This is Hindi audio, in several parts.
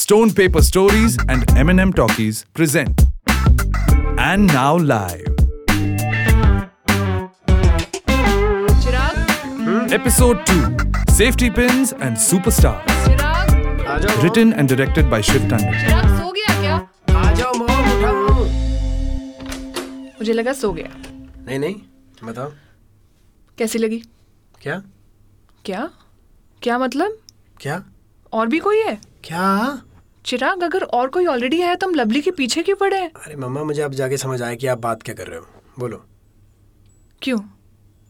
Stone Paper Stories and M&M Talkies present. And now live. Chirag Episode 2 Safety Pins and Superstars. Chirag Written and directed by Shiv Tandon. Chirag सो गया क्या आ जाओ मोम उठाओ मोम मुझे लगा सो गया नहीं नहीं बताओ कैसी लगी क्या क्या क्या मतलब क्या और भी कोई है क्या चिराग अगर और कोई ऑलरेडी है तो हम लवली के पीछे क्यों पड़े हैं अरे मम्मा मुझे अब जाके समझ आया कि आप बात क्या कर रहे हो बोलो क्यों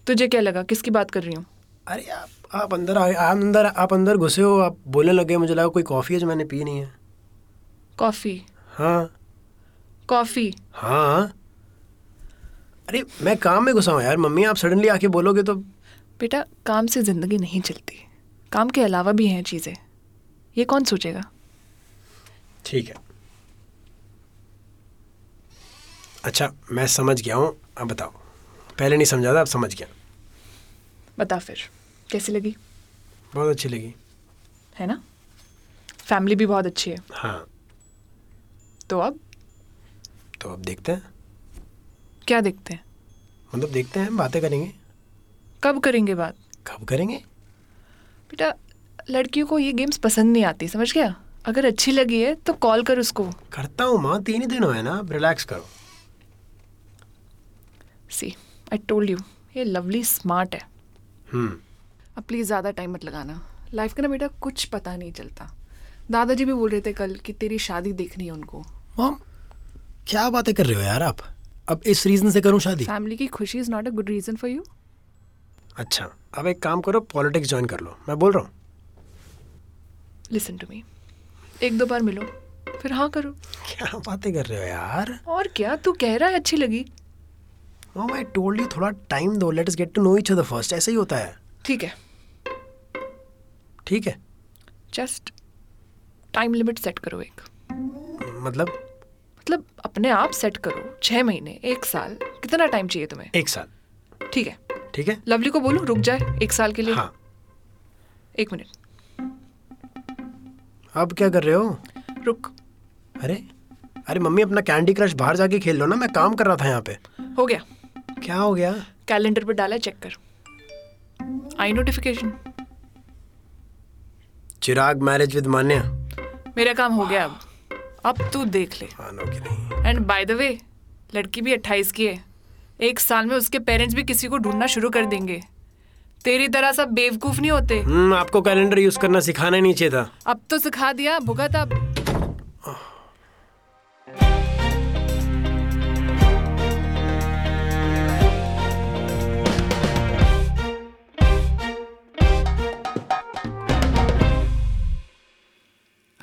तुझे क्या लगा किसकी बात कर रही हूँ अरे आप आप अंदर आए आप अंदर आप अंदर घुसे हो आप बोलने लगे मुझे लगा कोई कॉफ़ी है जो मैंने पी नहीं है कॉफ़ी हाँ कॉफ़ी हाँ अरे मैं काम में घुसा हूँ यार मम्मी आप सडनली आके बोलोगे तो बेटा काम से ज़िंदगी नहीं चलती काम के अलावा भी हैं चीज़ें ये कौन सोचेगा ठीक है अच्छा मैं समझ गया हूँ अब बताओ पहले नहीं समझा था अब समझ गया बता फिर कैसी लगी बहुत अच्छी लगी है ना फैमिली भी बहुत अच्छी है हाँ तो अब तो अब देखते हैं क्या देखते हैं मतलब देखते हैं बातें करेंगे कब करेंगे बात कब करेंगे बेटा लड़कियों को ये गेम्स पसंद नहीं आती समझ गया अगर अच्छी लगी है तो कॉल कर उसको करता हूँ माँ तीन ही दिन हुए ना अब रिलैक्स करो सी आई टोल्ड यू ये लवली स्मार्ट है हम्म अब प्लीज़ ज़्यादा टाइम मत लगाना लाइफ का ना बेटा कुछ पता नहीं चलता दादाजी भी बोल रहे थे कल कि तेरी शादी देखनी है उनको मॉम क्या बातें कर रहे हो यार आप अब इस रीज़न से करूँ शादी फैमिली की खुशी is not a good reason for you अच्छा अब एक काम करो पॉलिटिक्स ज्वाइन कर लो मैं बोल रहा हूँ लिसन टू मी एक दो बार मिलो फिर हाँ करो क्या बातें कर रहे हो यार और क्या तू कह रहा है अच्छी लगी मॉम आई टोल्ड यू थोड़ा टाइम दो let's get to know each other first ऐसा ही होता है ठीक है ठीक है जस्ट टाइम लिमिट सेट करो एक मतलब मतलब अपने आप सेट करो छः महीने एक साल कितना टाइम चाहिए तुम्हें एक साल ठीक है ठीक है लवली को बोलो रुक जाए एक साल के लिए हाँ एक मिनट अब क्या कर रहे हो रुक अरे अरे मम्मी अपना कैंडी क्रश बाहर जाके खेल लो ना मैं काम कर रहा था यहाँ पे हो गया क्या हो गया कैलेंडर पर डाला चेक कर आई notification Chirag marriage with Manya मेरा काम हो गया अब अब तू देख ले मानो कि नहीं एंड बाय द वे लड़की भी अट्ठाईस की है एक साल में उसके पेरेंट्स भी किसी को ढूंढना शुरू कर देंगे तेरी तरह सब बेवकूफ नहीं होते हम्म आपको कैलेंडर यूज करना सिखाना नहीं चाहिए था अब तो सिखा दिया भुगत अब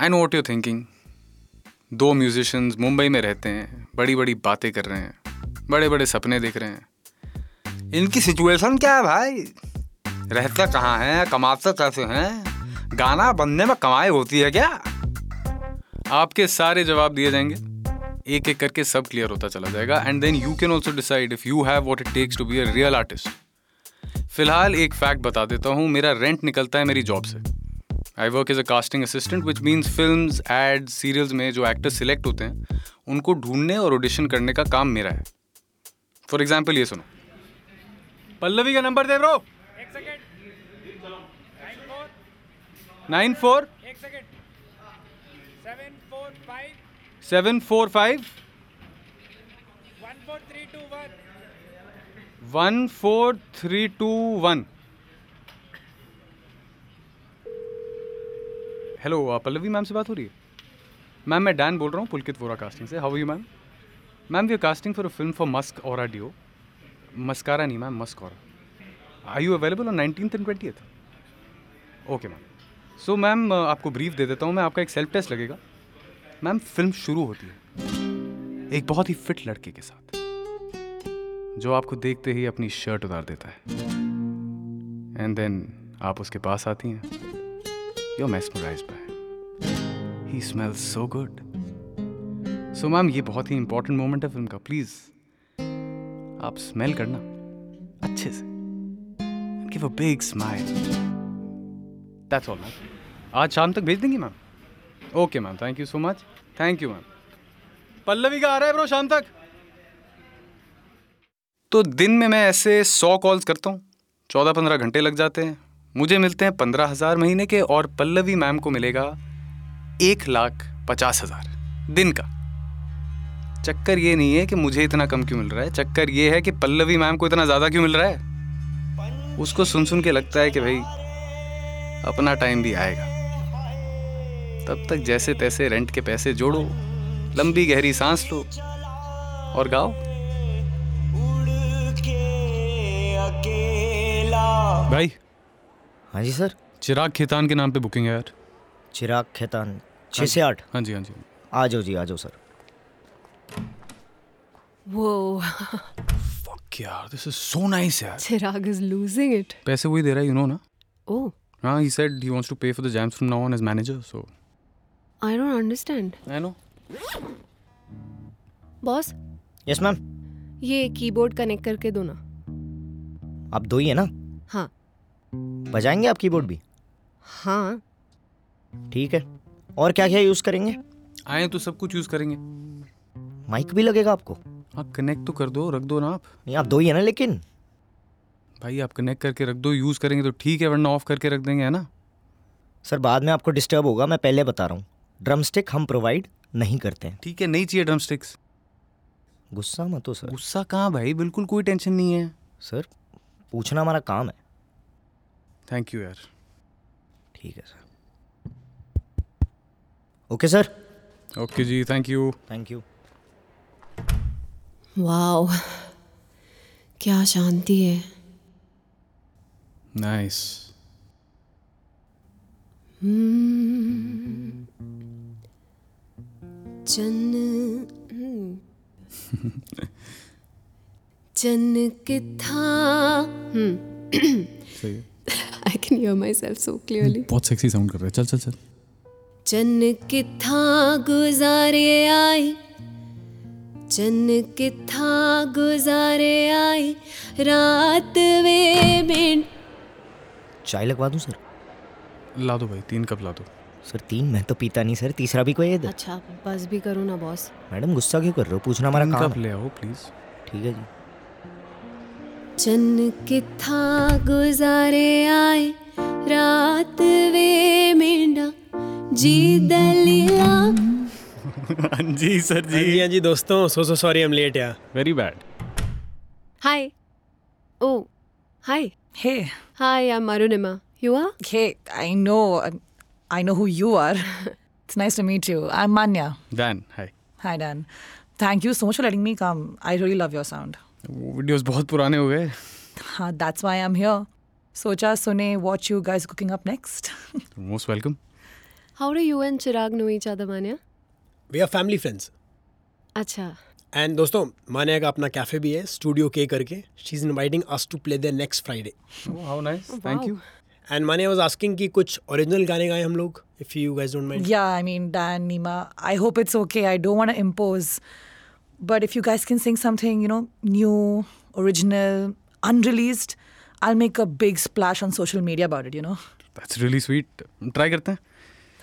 I know what you thinking दो म्यूजिशियंस मुंबई में रहते हैं बड़ी बड़ी बातें कर रहे हैं बड़े बड़े सपने देख रहे हैं इनकी सिचुएशन क्या है भाई रहते कहाँ हैं कमाते कैसे हैं गाना बनने में कमाई होती है क्या आपके सारे जवाब दिए जाएंगे एक एक करके सब क्लियर होता चला जाएगा and then you can also decide if you have what it takes to be a real artist फिलहाल एक फैक्ट बता देता हूँ मेरा रेंट निकलता है मेरी जॉब से I work as a casting assistant which means film ads serials में जो एक्टर सिलेक्ट होते हैं उनको ढूंढने और ऑडिशन करने का काम मेरा है फॉर एग्जाम्पल ये सुनो पल्लवी का नंबर दे bro nine four seven four five one four three two one hello आ, पल्लवी मैम uh, से बात हो रही है मैम मैं डैन बोल रहा हूँ पुलकित वोरा कास्टिंग से how you ma'am ma'am we are casting for a film for musk और डियो मस्कारा नहीं मैम मस्क और I you available on nineteen and twenty okay ma'am so ma'am uh, आपको ब्रीफ दे देता हूँ मैं आपका एक सेल्फ टेस्ट लगेगा मैम फिल्म शुरू होती है एक बहुत ही फिट लड़के के साथ जो आपको देखते ही अपनी शर्ट उतार देता है एंड देन आप उसके पास आती हैं you're mesmerized by him. He smells so good. So ma'am ये बहुत ही इंपॉर्टेंट मोमेंट है फिल्म का प्लीज आप स्मेल करना अच्छे से give a big smile that's all ma'am आज शाम तक भेज देंगी ma'am okay ma'am thank you so much thank you ma'am Pallavi का आ रहा है ब्रो शाम तक तो दिन में मैं ऐसे सौ कॉल्स करता हूँ चौदह पंद्रह घंटे लग जाते हैं मुझे मिलते हैं पंद्रह हज़ार महीने के और पल्लवी मैम को मिलेगा एक लाख पचास हज़ार दिन का चक्कर ये नहीं है कि मुझे इतना कम क्यों मिल रहा है चक्कर ये है कि पल्लवी मैम को इतना ज़्यादा क्यों मिल रहा है उसको सुन सुन के लगता है कि भाई अपना टाइम भी आएगा तब तक जैसे तैसे रेंट के पैसे जोड़ो लंबी गहरी सांस लो और गाओ भाई हाँ जी सर चिराग खेतान के नाम पे बुकिंग है यार चिराग खेतान छः से आठ हाँ जी हाँ जी आ जाओ जी आ जाओ सर Whoa, फक यार दिस इज सो नाइस यार Chirag is losing it. पैसे वही दे रहा है यू नो ना Oh, हाँ he said he wants to pay for the jams from now on as manager so I don't understand. I know boss yes ma'am ये कीबोर्ड कनेक्ट करके दो ना आप दो ही है ना हाँ बजाएंगे आप कीबोर्ड भी हाँ ठीक है और क्या क्या यूज़ करेंगे आए तो सब कुछ यूज करेंगे माइक भी लगेगा आपको आप कनेक्ट तो कर दो रख दो ना आप नहीं आप दो ही है ना लेकिन भाई आप कनेक्ट करके रख दो यूज करेंगे तो ठीक है वरना ऑफ करके रख देंगे है ना सर बाद में आपको डिस्टर्ब होगा मैं पहले बता रहा हूँ ड्रम स्टिक हम प्रोवाइड नहीं करते हैं ठीक है नहीं चाहिए ड्रम स्टिक्स गुस्सा मत हो सर गुस्सा कहाँ भाई बिल्कुल कोई टेंशन नहीं है सर पूछना हमारा काम है थैंक यू यार ठीक है सर ओके सर ओके जी thank you thank you wow क्या शांति है नाइस चन हम्म। चन के था हम्म। सही है I can hear myself so clearly बहुत सेक्सी साउंड कर रहा है चल चल चल चन किथा गुजारे आई चन किथा गुजारे आई रात वे बिन चाय लगवा दूँ सर ला दो भाई तीन कप ला दो सर तीन मैं तो पीता नहीं सर तीसरा भी कोई है इधर अच्छा बस भी करो ना बॉस मैडम गुस्सा क्यों कर रहे हो पूछना हमारा तीन काम कप है ले आओ प्लीज ठीक है जी चन किथा गुजारे आए रात वे मेंढा जी दलिया जी सर जी हाँ जी दोस्तों सो सो सॉरी हम लेट या very bad hi oh hi Hey, hi I am Arunima you are hey, I know, um, I know who you are. it's nice to meet you. I'm Manya. Dan hi Hi, Dan. Thank you so much for letting me come. I really love your sound. वो वीडियोस बहुत पुराने हो गए Huh, that's why I'm here. Socha, Sune, what you guys cooking up next? Most welcome how do you and Chirag know each other Manya we are family friends अच्छा एंड दोस्तों मान्या का अपना कैफे भी है स्टूडियो के करके she is inviting us to play the next Friday how nice thank you and Manya was asking कि कुछ ओरिजिनल गाने गाएं हम लोग if you guys don't mind yeah, I mean, Dan, Nima, I hope it's okay. I don't want to impose. But if you guys can sing something, you know, new, original, unreleased, I'll make a big splash on social media about it, you know? That's really sweet try करते हैं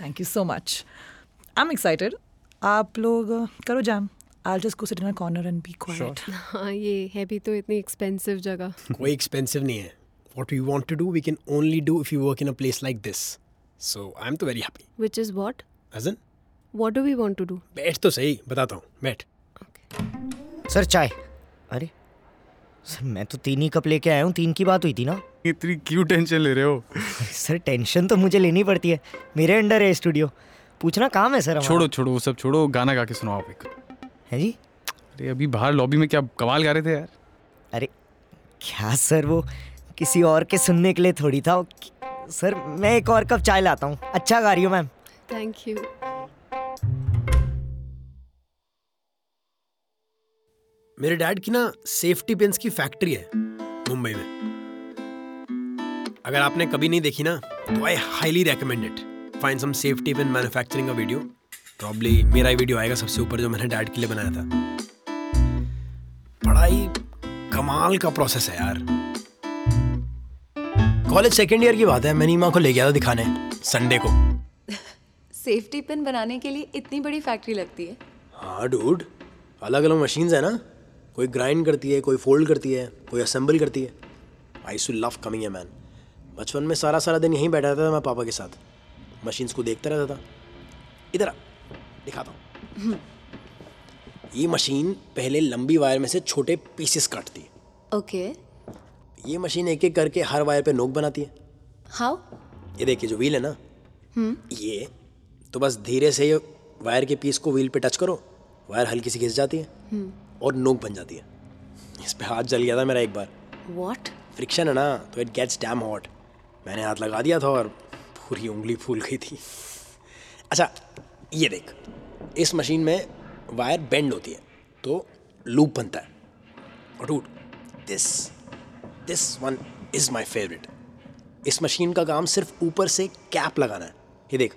Thank you so much. I'm excited. आप लोग uh, करो jam. I'll just go sit in a corner and be quiet. हाँ ये है भी तो इतनी एक्सपेंसिव जगह कोई एक्सपेंसिव नहीं है what we want to do we can only do if you work in a place like this so I am तो very happy which is what again what do we want to do बैठ तो सही बताता हूँ बैठ सर चाय अरे सर मैं तो तीन ही कप लेके आया हूँ तीन की बात हुई थी ना इतनी क्यों टेंशन ले रहे हो सर टेंशन तो मुझे लेनी पड़ती है मेरे अंडर है स्टूडियो पूछना काम है सर हमारा। छोड़ो छोड़ो वो सब छोड़ो गाना गा के सुनाओ आप एक है जी अरे अभी बाहर लॉबी में क्या कमाल गा रहे थे यार अरे क्या सर वो किसी और के सुनने के लिए थोड़ी था कि- सर मैं एक और कप चाय लाता हूँ अच्छा गा रही हूँ मैम थैंक यू मेरे डैड की ना सेफ्टी पिंस की फैक्ट्री है मुंबई में अगर आपने कभी नहीं देखी ना तो I highly recommend it find some safety pin manufacturing का वीडियो प्रॉब्ली मेरा ही वीडियो आएगा सबसे ऊपर जो मैंने डैड के लिए बनाया था बड़ा ही कमाल का प्रोसेस है यार कॉलेज सेकेंड ईयर की बात है मैं नीमा को ले गया था दिखाने संडे को सेफ्टी पिन बनाने के लिए इतनी बड़ी फैक्ट्री लगती है हाँ डूड अलग अलग मशीन्स है ना कोई ग्राइंड करती है कोई फोल्ड करती है कोई असेंबल करती है आई सू लव कमिंग है मैन बचपन में सारा सारा दिन यहीं बैठा रहता था मैं पापा के साथ मशीन्स को देखता रहता था इधर आ दिखाता हूँ ये मशीन पहले लंबी वायर में से छोटे पीसेस काटती है ओके ये मशीन एक एक करके हर वायर पे नोक बनाती है हाउ ये देखिए जो व्हील है ना ये तो बस धीरे से ये वायर के पीस को व्हील पे टच करो वायर हल्की सी घिस जाती है और नोक बन जाती है इस पे हाथ जल गया था मेरा एक बार व्हाट फ्रिक्शन है ना तो इट गेट्स डैम हॉट मैंने हाथ लगा दिया था और पूरी उंगली फूल गई थी अच्छा ये देख इस मशीन में वायर बेंड होती है तो लूप बनता है और dude this this one is my favourite इस मशीन का काम सिर्फ ऊपर से कैप लगाना है ये देख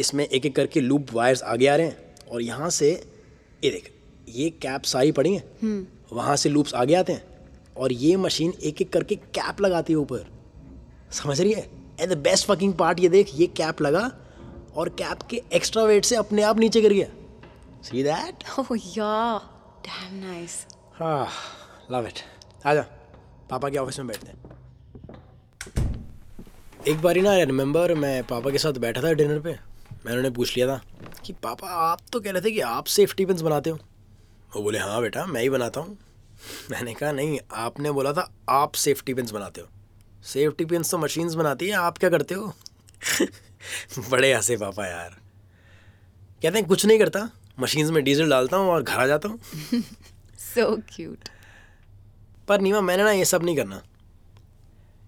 इसमें एक एक करके लूप वायर्स आगे आ रहे हैं और यहाँ से ये देख ये कैप सारी पड़ी हैं वहाँ से लूप्स आगे आते हैं और ये मशीन एक एक करके कैप लगाती है ऊपर समझ रही है and the best fucking part ये देख ये कैप लगा और कैप के एक्स्ट्रा वेट से अपने आप नीचे गिर गया see that oh yeah damn nice हाँ लव इट आजा पापा के ऑफिस में बैठते हैं एक बार ही ना रिमेंबर मैं पापा के साथ बैठा था डिनर पे मैंने उन्हें पूछ लिया था कि पापा आप तो कह रहे थे कि आप सेफ्टी पिंस बनाते हो वो बोले हाँ बेटा मैं ही बनाता हूँ मैंने कहा नहीं आपने बोला था आप सेफ्टी पिंस बनाते हो सेफ्टी पिंस तो मशीन्स बनाती हैं आप क्या करते हो बड़े हंसे पापा यार कहते हैं कुछ नहीं करता मशीन्स में डीजल डालता हूँ और घर आ जाता हूँ सो क्यूट पर नीमा मैंने ना ये सब नहीं करना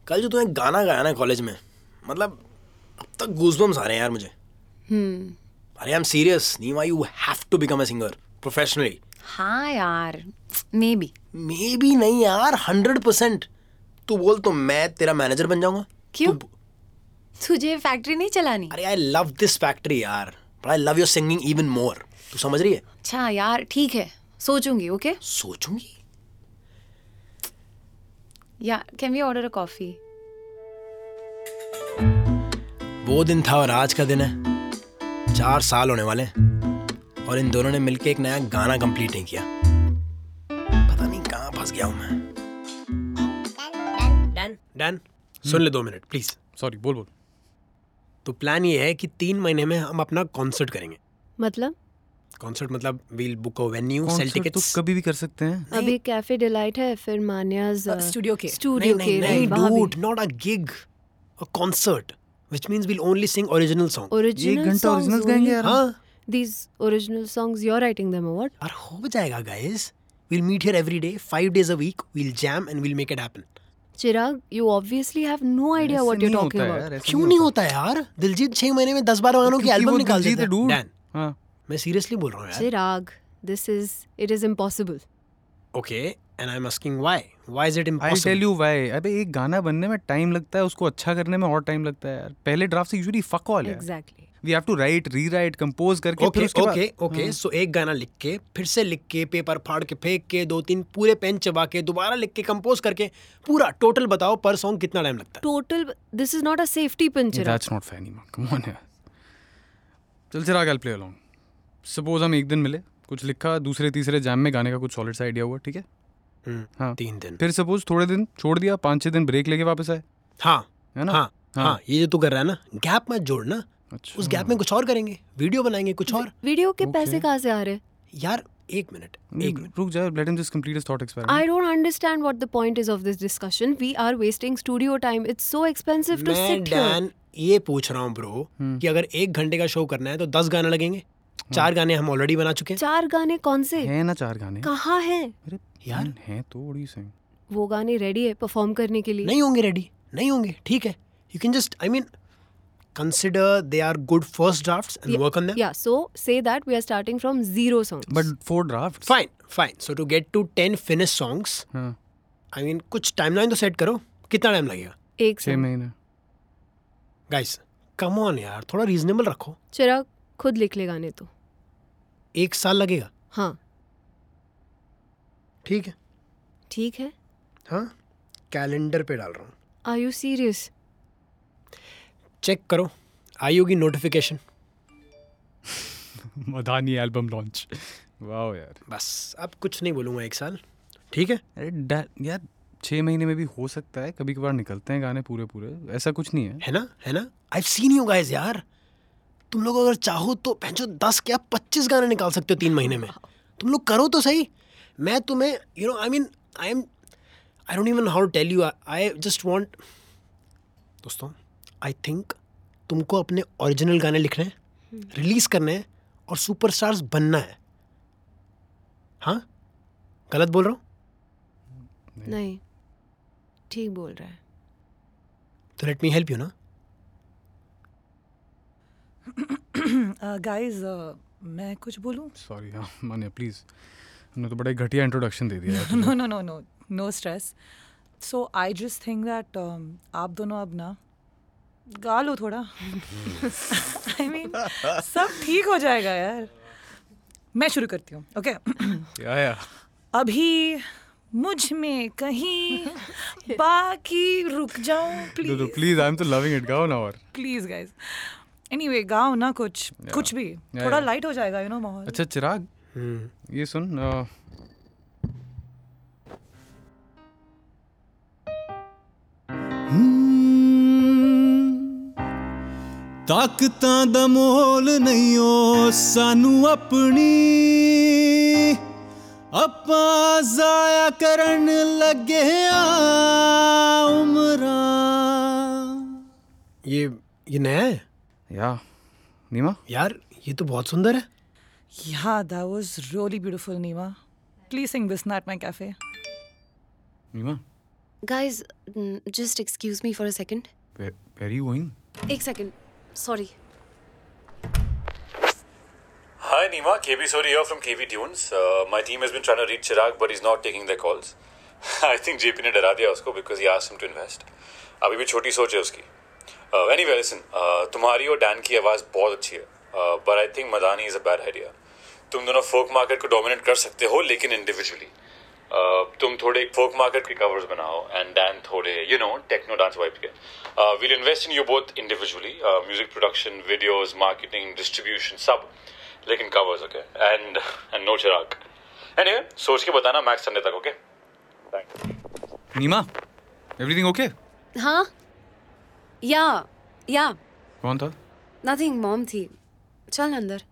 कल जो तूने गाना गाया ना कॉलेज में मतलब अब तक गूजबम्स आ रहे हैं यार मुझे अरे I am serious Nima you have to become a singer professionally हाँ यार मे बी मे बी नहीं यार हंड्रेड परसेंट तू बोल तो मैं तेरा मैनेजर बन जाऊंगा क्यों? तू- तुझे फैक्ट्री नहीं चलानी अरे आई लव दिस फैक्ट्री यार but I love your singing even more तू समझ रही है अच्छा यार ठीक है सोचूंगी ओके सोचूंगी yeah can we order a coffee वो दिन था और आज का दिन है चार साल होने वाले हैं। और इन दोनों ने मिलके एक नया गाना कंप्लीट नहीं किया पता नहीं कहाँ फंस गया हूँ मैं डन सुन ले दो मिनट प्लीज सॉरी बोल बोल तो प्लान ये है कि तीन महीने में हम अपना कॉन्सर्ट करेंगे मतलब कॉन्सर्ट मतलब we'll book a venue sell Concert तो टिकट्स कभी भी कर सकते हैं अभी कैफे डिलाइट है फिर मान्याज Studio K. नहीं स्टूडियो नहीं के नहीं right, वहाँ भी। Dude not a gig a concert which means we'll only sing original song ये एक original घंटा songs ओरिजिनल only. गाएंगे यार हाँ These original songs, you're writing them or what? और हो जाएगा guys we'll meet here every day five days a week we'll jam and we'll make it happen Chirag, you obviously have no idea ऐसे what you're नहीं talking होता about. यार, ऐसे क्यों नहीं होता यार दिलजीत छह महीने में दस बारह गानों की क्योंकि एल्बम वो निकाल दिलजीत देता है, dude. डैन हाँ मैं सीरियसली बोल रहा हूँ यार Chirag, this is it is impossible. Okay and I am asking why why is it I tell impossible you why अबे एक गाना बनने में टाइम लगता है उसको अच्छा करने में और टाइम लगता है यार पहले ड्राफ्ट से यूजुअली फक ऑल है Exactly. We have to write rewrite compose करके फिर ओके उसके बाद- ओके ओके सो एक गाना लिख के फिर से लिख के पेपर फाड़ के फेंक के दो तीन पूरे पेन चबा के दोबारा लिख के कंपोज करके पूरा टोटल बताओ पर सॉन्ग कितना टाइम लगता Total. This is not a safety pin, Chirag. That's not fair Nima come on यार चल Chirag I play along suppose हम एक दिन मिले कुछ लिखा दूसरे तीसरे जैम में गाने का कुछ सॉलिड सा आइडिया हुआ ठीक है है हाँ। हम्म, तीन दिन फिर सपोज थोड़े दिन छोड़ दिया पाँच छः दिन ब्रेक लेके वापस आए हाँ है ना हाँ हाँ ये जो तू कर रहा है ना गैप मत जोड़ना अच्छा उस गैप में कुछ और करेंगे वीडियो बनाएंगे कुछ और Video के Okay. पैसे कहाँ से आ रहे? यार एक मिनट नहीं, एक मिनट रुक जा let him just complete his thought experiment I don't understand what the point is of this discussion. We are wasting studio time. It's so expensive to मैं sit here. डैन ये पूछ रहा हूँ ब्रो हम्म। कि अगर एक घंटे का शो करना है तो दस गाने लगेंगे हाँ। चार गाने हम ऑलरेडी बना चुके हैं चार गाने कौन से? है ना चार गाने कहाँ हैं? अरे यार। यार है तो ओडी सिंह वो गाने ready है perform करने के लिए. नहीं होंगे रेडी नहीं होंगे ठीक है you can just I mean consider they are good first drafts and work on them Yeah. So say that we are starting from zero songs. But four draft fine fine so to get to ten finish songs हाँ आई मीन कुछ टाइमलाइन तो सेट करो कितना टाइम लगेगा एक छः song. महीने गाइस कम ऑन यार थोड़ा रीजनेबल रखो चिराग खुद लिख ले गाने तो एक साल लगेगा हाँ ठीक है ठीक है हाँ कैलेंडर पे डाल रहा हूँ आर यू सीरियस चेक करो आई होगी नोटिफिकेशन मदानी एल्बम लॉन्च वाह यार बस अब कुछ नहीं बोलूँगा एक साल ठीक है अरे डा- यार छः महीने में भी हो सकता है कभी कभार निकलते हैं गाने पूरे पूरे ऐसा कुछ नहीं है है ना है ना आई सीन यू गाइस यार तुम लोग अगर चाहो तो पहचो दस क्या पच्चीस गाने निकाल सकते हो तीन महीने में तुम लोग करो तो सही मैं तुम्हें you know I mean I am I don't even how tell you I just want दोस्तों आई थिंक तुमको अपने ओरिजिनल गाने लिखने हैं रिलीज करने हैं और सुपरस्टार्स बनना है हाँ गलत बोल रहा हूँ नहीं ठीक बोल रहा है तो लेट मी हेल्प यू ना गाइज uh, मैं कुछ बोलूँ सॉरी हाँ मानिया प्लीज़ हमने तो बड़ा ही घटिया इंट्रोडक्शन दे दिया no, यार no, no, no, no stress. So I just think that um, आप दोनों अब ना गा लो थोड़ा आई मीन सब ठीक हो जाएगा यार मैं शुरू करती हूँ ओके या या अभी मुझ में कहीं बाकी रुक जाऊं प्लीज प्लीज आई एम तो लविंग इट गाओ ना और प्लीज गाइस एनीवे गाओ ना कुछ कुछ भी थोड़ा yeah. लाइट हो जाएगा यू नो माहौल अच्छा चिराग ये सुन अ, ਤਾਕਤਾਂ ਦਾ ਮੋਲ ਨਹੀਂ ਓ ਸਾਨੂੰ ਆਪਣੀ ਆਪਾਂ ਜ਼ਾਇਆ ਕਰਨ ਲੱਗੇ ਆ ਉਮਰਾਂ ये ये नया है या नीमा यार ये तो बहुत सुंदर है yeah that was really beautiful Nima please sing this not my cafe Nima guys just excuse me for a second where you going एक सेकंड sorry Hi Nima, KB Sori here from KB Tunes. Uh, my team has been trying to reach Chirag, but he's not taking their calls. I think JP ने डरा दिया उसको because he asked him to invest. अभी भी छोटी सोच है उसकी. Uh, anyway, listen, uh, तुम्हारी और डैन की आवाज़ बहुत अच्छी है. Uh, but I think Madani is a bad idea. तुम दोनों फोक मार्केट को डोमिनेट कर सकते हो लेकिन Uh, इंडिविजुअली तुम थोड़े फोक मार्केट के कवर्स बनाओ एंड देन थोड़े you know techno dance vibe के Uh, will invest in you both individually music production videos marketing distribution सब लेकिन covers okay and and no Chirag anyway सोच के बताना मैक्स संडे तक okay thanks Nima everything okay हाँ या या कौन था नथिंग मॉम थी चल अंदर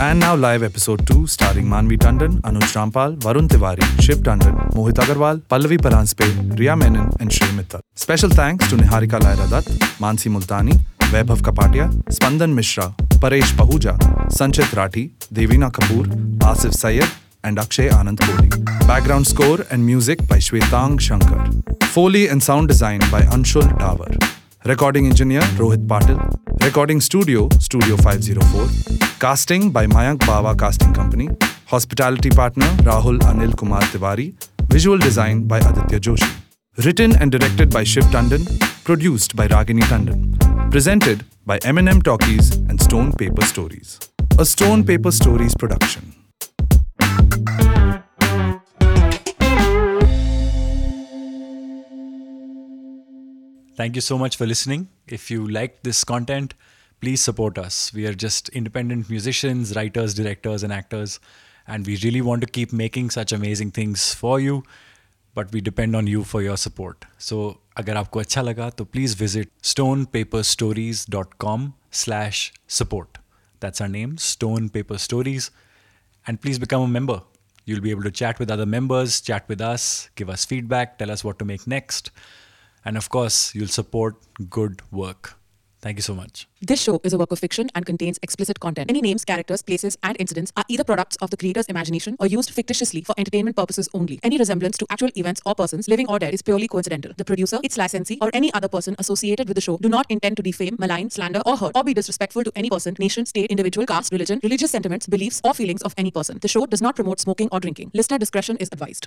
And now live episode 2 starring Manvi Tandon, Anuj Rampal, Varun Tiwari, Shiv Tandon, Mohit Agarwal, Pallavi Paranspe, Riya Menon and Shri Mittal. Special thanks to Niharika Laira Dutt, Mansi Multani, Vaibhav Kapadia, Spandan Mishra, Paresh Pahuja, Sanchit Rathi, Devina Kapoor, Asif Sayed and Akshay Anand Kohli. Background score and music by Shwetang Shankar. Foley and sound design by Anshul Tower. Recording engineer Rohit Patil. Recording studio Studio 504. Casting by Mayank Bawa Casting Company. Hospitality partner Rahul Anil Kumar Tiwari. Visual design by Aditya Joshi. Written and directed by Shiv Tandon. Produced by Ragini Tandon. Presented by M&M Talkies and Stone Paper Stories. A Stone Paper Stories production. Thank you so much for listening. If you liked this content, please support us. We are just independent musicians, writers, directors, and actors, and we really want to keep making such amazing things for you. But we depend on you for your support. So, अगर आपको अच्छा लगा तो please visit stonepaperstories.com/support. That's our name, Stone Paper Stories, and please become a member. You'll be able to chat with other members, chat with us, give us feedback, tell us what to make next. And of course, you'll support good work. Thank you so much. This show is a work of fiction and contains explicit content. Any names, characters, places, and incidents are either products of the creator's imagination or used fictitiously for entertainment purposes only. Any resemblance to actual events or persons, living or dead, is purely coincidental. The producer, its licensee, or any other person associated with the show do not intend to defame, malign, slander, or hurt, or be disrespectful to any person, nation, state, individual, caste, religion, religious sentiments, beliefs, or feelings of any person. The show does not promote smoking or drinking. Listener discretion is advised.